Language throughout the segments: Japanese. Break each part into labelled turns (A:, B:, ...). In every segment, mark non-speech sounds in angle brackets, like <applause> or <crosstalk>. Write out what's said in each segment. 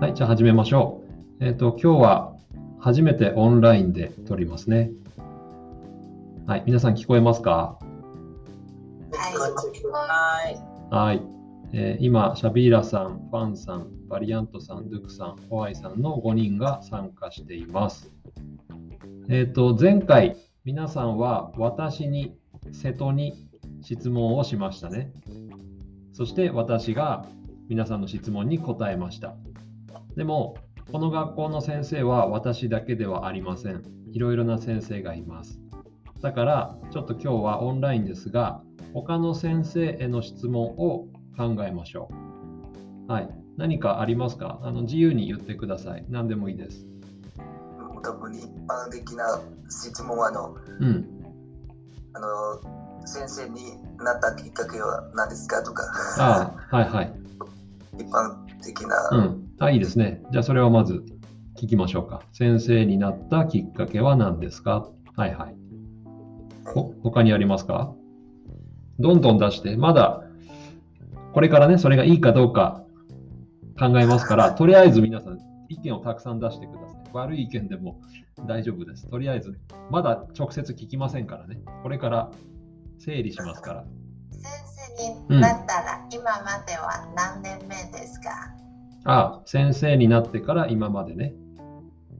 A: はい、じゃあ始めましょう。えっ、と、今日は初めてオンラインで撮りますね。はい、皆さん聞こえますか
B: はい。
A: はい。えー今、シャビーラさん、ファンさん、バリアントさん、ドゥクさん、ホワイさんの5人が参加しています。えっ、と、前回、皆さんは私に、瀬戸に質問をしましたね。そして私が皆さんの質問に答えました。でも、この学校の先生は私だけではありません。いろいろな先生がいます。だから、ちょっと今日はオンラインですが、他の先生への質問を考えましょう。はい。何かありますかあの自由に言ってください。何でもいいです。
C: 多分一般的な質問はあの
A: うん。
C: あの先生になったきっかけは何ですかとか
A: ああ、はいはい。
C: 一般的な、
A: うん。あ、いいですね。じゃあ、それをまず聞きましょうか。先生になったきっかけは何ですかはいはい。ほ他にありますかどんどん出して、まだこれからね、それがいいかどうか考えますから、とりあえず皆さん、意見をたくさん出してください。悪い意見でも大丈夫です。とりあえず、まだ直接聞きませんからね。これから整理しますから。
B: 先生になったら、今までは何年目ですか。
A: ああ、先生になってから今までね。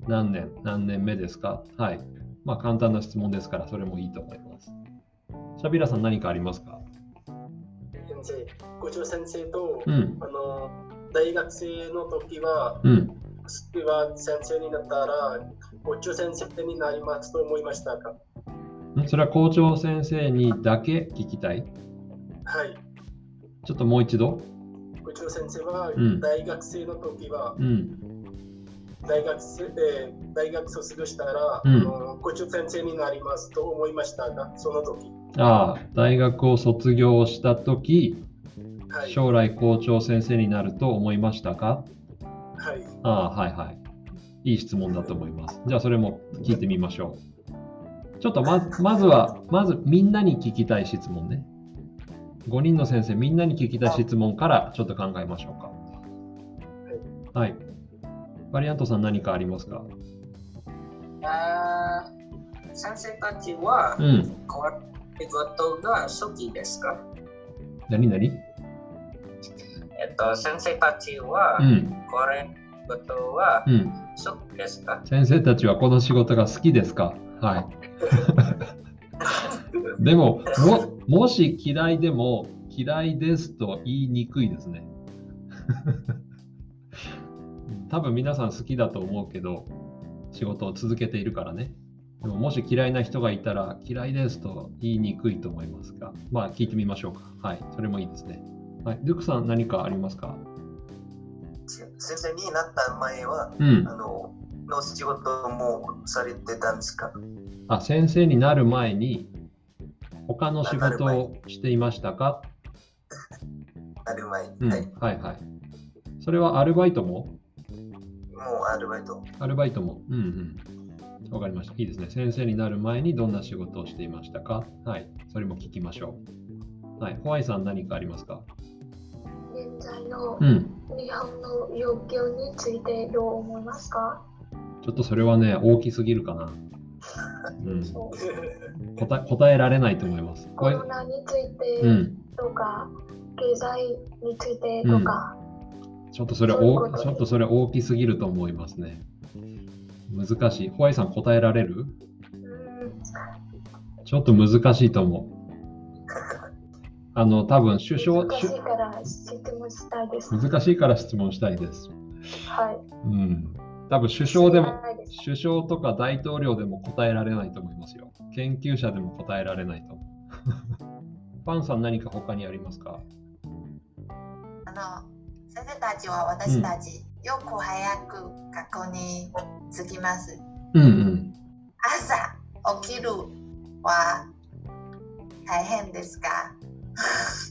A: 何年、何年目ですかはい。まあ、簡単な質問ですから、それもいいと思います。シャビラさん、何かありますか
D: 先生、五条先生と、
A: うん、
D: あの大学生の時は、
A: うん。
D: 次は先生になったら、五条先生になりますと思いましたか
A: んそれは校長先生にだけ聞きたい
D: はい。
A: ちょっともう一度。
D: 五条先生は、
A: うん
D: 大学生の時は、
A: うん。
D: 大学生で大学卒業したら、
A: うん
D: あの五条先生になりますと思いましたかその時。
A: ああ、大学を卒業したとき、
D: はい。
A: 将来校長先生になると思いましたか
D: はい。 <laughs>
A: ああ、はいはい。いい質問だと思います。じゃあ、それも聞いてみましょう。ちょっとままずは、まずみんなに聞きたい質問ね。5人の先生、みんなに聞きたい質問からちょっと考えましょうか。はい。バリアントさん、何かありますか
E: あー先生たちは
A: うん。
E: 変わり事が好きですか、
A: 何々
E: えっと、先生たちは
A: うん。
E: 変わり事は
A: うん。
E: 好きですか、
A: 先生たちはこの仕事が好きですかはい。でもも、もし嫌いでも、嫌いですと言いにくいですね。 <laughs> 多分皆さん好きだと思うけど、仕事を続けているからね。でももし嫌いな人がいたら、嫌いですと言いにくいと思いますが、まあ聞いてみましょうか。はい、それもいいですね。はい、ルクさん何かありますか
C: せ先生になった前は
A: うん
C: あ。のの仕事もされてたんですか
A: あ、先生になる前に、他の仕事をしていましたか
C: なる前に、
A: うん、
C: は
A: はいいはい。それはアルバイトも
C: もうアルバイト
A: アルバイトも。うんうん。わかりました。いいですね。先生になる前にどんな仕事をしていましたかはい。それも聞きましょう。はい。ホワイさん何かありますか
F: 現在の
A: うん。
F: 日本の要求についてどう思いますか
A: ちょっとそれはね、大きすぎるかな。うん。
F: そう
A: 答え答えられないと思います。ホ
F: コ
A: ワイ
F: ロナについて
A: うん。
F: とか、経済についてとか、
A: ちょっとそれ
F: そういうこ
A: 大
F: とです
A: ちょっとそれ大きすぎると思いますね。難しい。ホワイさん答えられる
F: うん
A: ちょっと難しいと思う。あの、多分首相、
F: 難しい
A: 首
F: から質問したいです。
A: 難しいから質問したいです。
F: はい。
A: うん。多分首相で
F: 知
A: も
F: ら、ないです
A: 首相とか大統領でも答えられないと思いますよ。研究者でも答えられないと思う。 <laughs> パンさん何か他にありますか
B: あの、先生たちは私たち、よく早く学校に着きます。
A: うんうん。
B: 朝起きるは大変ですか。 <laughs>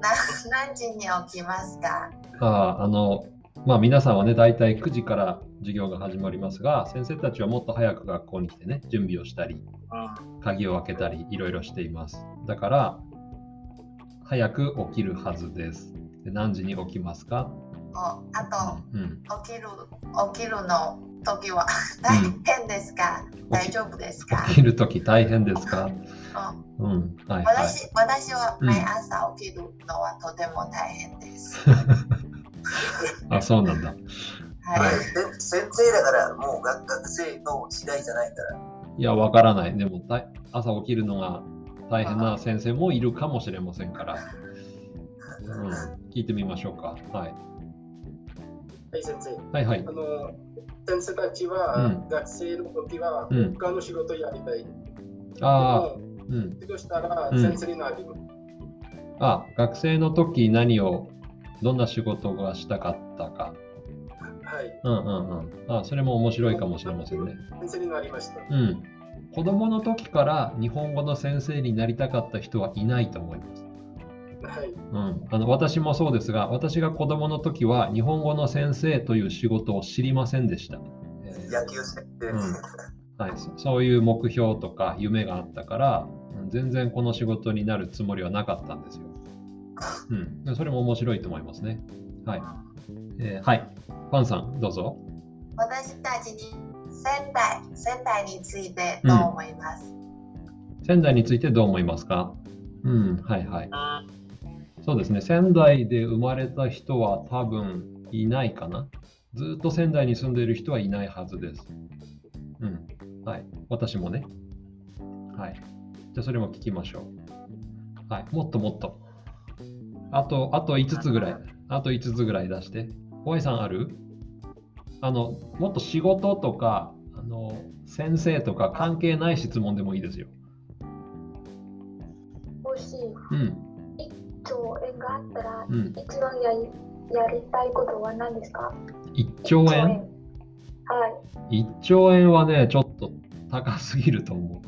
B: な何時に起きますか。
A: ああ、あの、まあ皆さんはね、大体9時から授業が始まりますが、先生たちはもっと早く学校に来てね、準備をしたり、鍵を開けたり、いろいろしています。だから、早く起きるはずです。で何時に起きますか
B: おあ
A: うん、
B: と起きる起きるの時は <laughs> 大変ですか、大丈夫ですか
A: 起きるとき大変ですか
B: あ
A: うん、はいはい。
B: 私私は
A: うん
B: 毎朝起きるのはとても大変
A: <laughs>
B: です。
A: あ、そうなんだ。
B: は
A: は
B: い
C: で先生だからもう学学生の時代じゃないから
A: いや、わからない。でも、大朝起きるのが大変な先生もいるかもしれませんから。うん、聞いてみましょうか。はい。
D: はい、先生。
A: はいはい
D: あ。の、先生たちは、
A: うん
D: 学生の時は
A: う、ん。
D: 他の仕事やりたい。
A: ああ、
D: でも、
A: うん。
D: 卒業したら
A: うん
D: 先生になります。
A: あ、学生の時何を、どんな仕事がしたかったか。
D: はい、
A: うんうんうん。あ、それも面白いかもしれませんね。
D: 先生になりました。
A: うん。子供の時から日本語の先生になりたかった人はいないと思います。
D: はい、
A: うん、あの私もそうですが、私が子供の時は日本語の先生という仕事を知りませんでした。えー
C: 野球先生、
A: うんはい、そそういう目標とか夢があったから、うん全然この仕事になるつもりはなかったんですよ。うん、でそれも面白いと思いますね。はい。えーはい。ファンさん、どうぞ。
B: 私たちに仙台仙台についてどう思います、
A: 仙台についてどう思いますかうん、はいはい。そうですね、仙台で生まれた人は多分いないかな。ずっと仙台に住んでいる人はいないはずです。うん、はい。私もね。はい。じゃあそれも聞きましょう。はい。もっともっと。あと、あと5つぐらい。あと5つぐらい出して。Y さんあるあの、もっと仕事とか、あの、先生とか関係ない質問でもいいですよ。
F: もし
A: うん、
F: 兆円があったら
A: うん。
F: 一番やりやりたいことは何ですか
A: 1兆
F: 兆
A: 円
F: はい
A: ?1 兆円はね、ちょっと高すぎると思う。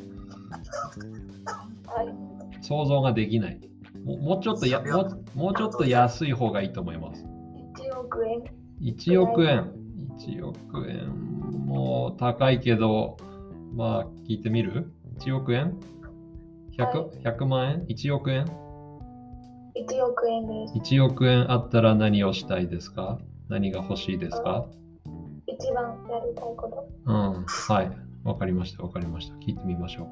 F: はい
A: 想像ができない。ももうちょっとや
C: それは
A: もうもうちょっと安い方がいいと思います。
F: 1億円
A: 1億円。1億円も高いけど、まあ聞いてみる ?1 億円 100, ?100 万円 ?1 億円
F: 1億円です
A: ?1 億円あったら何をしたいですか何が欲しいですか
F: 一番やりたいこと
A: うん、はい。わかりました、わかりました。聞いてみましょ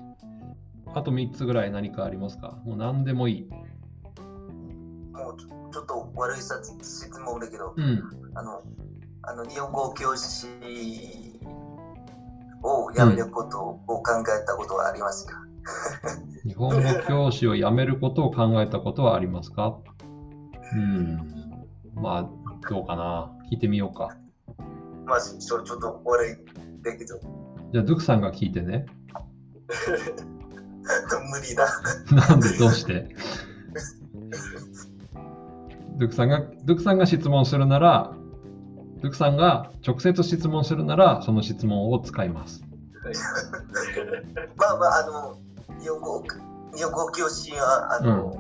A: う。あと3つぐらい何かありますかもう何でもいい。
C: もうちょちょっと悪いさ質問だけど
A: うん。
C: あのあの日本語教師を辞めることを考えたことはありますか、
A: 日本語教師を辞めることを考えたことはありますかうん。まあ、どうかな。聞いてみようか。
C: まあそちょっと悪いだけど
A: じゃあ、ドゥクさんが聞いてね。 <laughs>
C: 無理だ <laughs>
A: なんで、どうしてドゥクさんが、ドゥクさんが質問するなら、ドゥクさんが直接質問するなら、その質問を使います。
C: まあまああの日本語日本語教師はあの、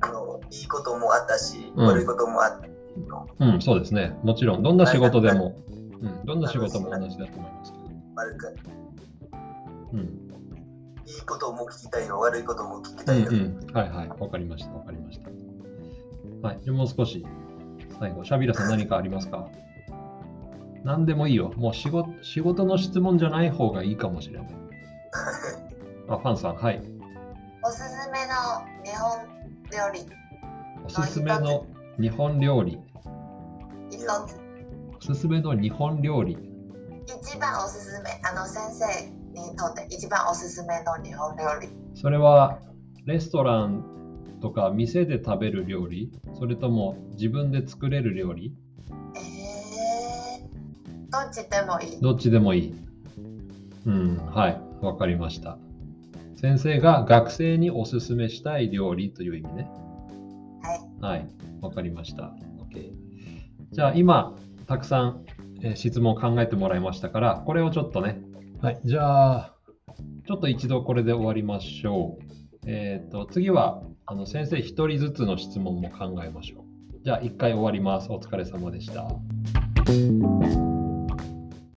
C: あのいいこともあったし、
A: うん
C: 悪いこともあった
A: うん、そうですね。もちろん、どんな仕事でも、うん、どんな仕事も同じだと思いますけど。
C: 悪く
A: うん、
C: いいことも聞きたいよ悪いことも聞き
A: う
C: たい
A: ん、
C: よ、
A: うん。はいはい。わかりました、わかりました。はい。じゃあもう少し、最後、シャビラさん何かありますか何でもいいよ。もう仕事仕事の質問じゃない方がいいかも <laughs> しれない。あ、ファンさん、はい。
B: おすすめの日本料理
A: おすすめの日本料理。
B: 一つ
A: おすすめの日本料理。
B: 一番おすすめあの先生にとって一番おすすめの日本料理
A: それはレストランとか店で食べる料理それとも自分で作れる料理
B: えー、どっちでもいい
A: どっちでもいい。うん、はい、わかりました。先生が学生におすすめしたい料理という意味ね。はい、わかりました。OK。じゃあ今、たくさん、えー質問を考えてもらいましたから、これをちょっとね。はい、じゃあ、ちょっと一度これで終わりましょう。えっ、と、次は、あの先生一人ずつの質問も考えましょう。じゃあ、一回終わります。お疲れ様でした。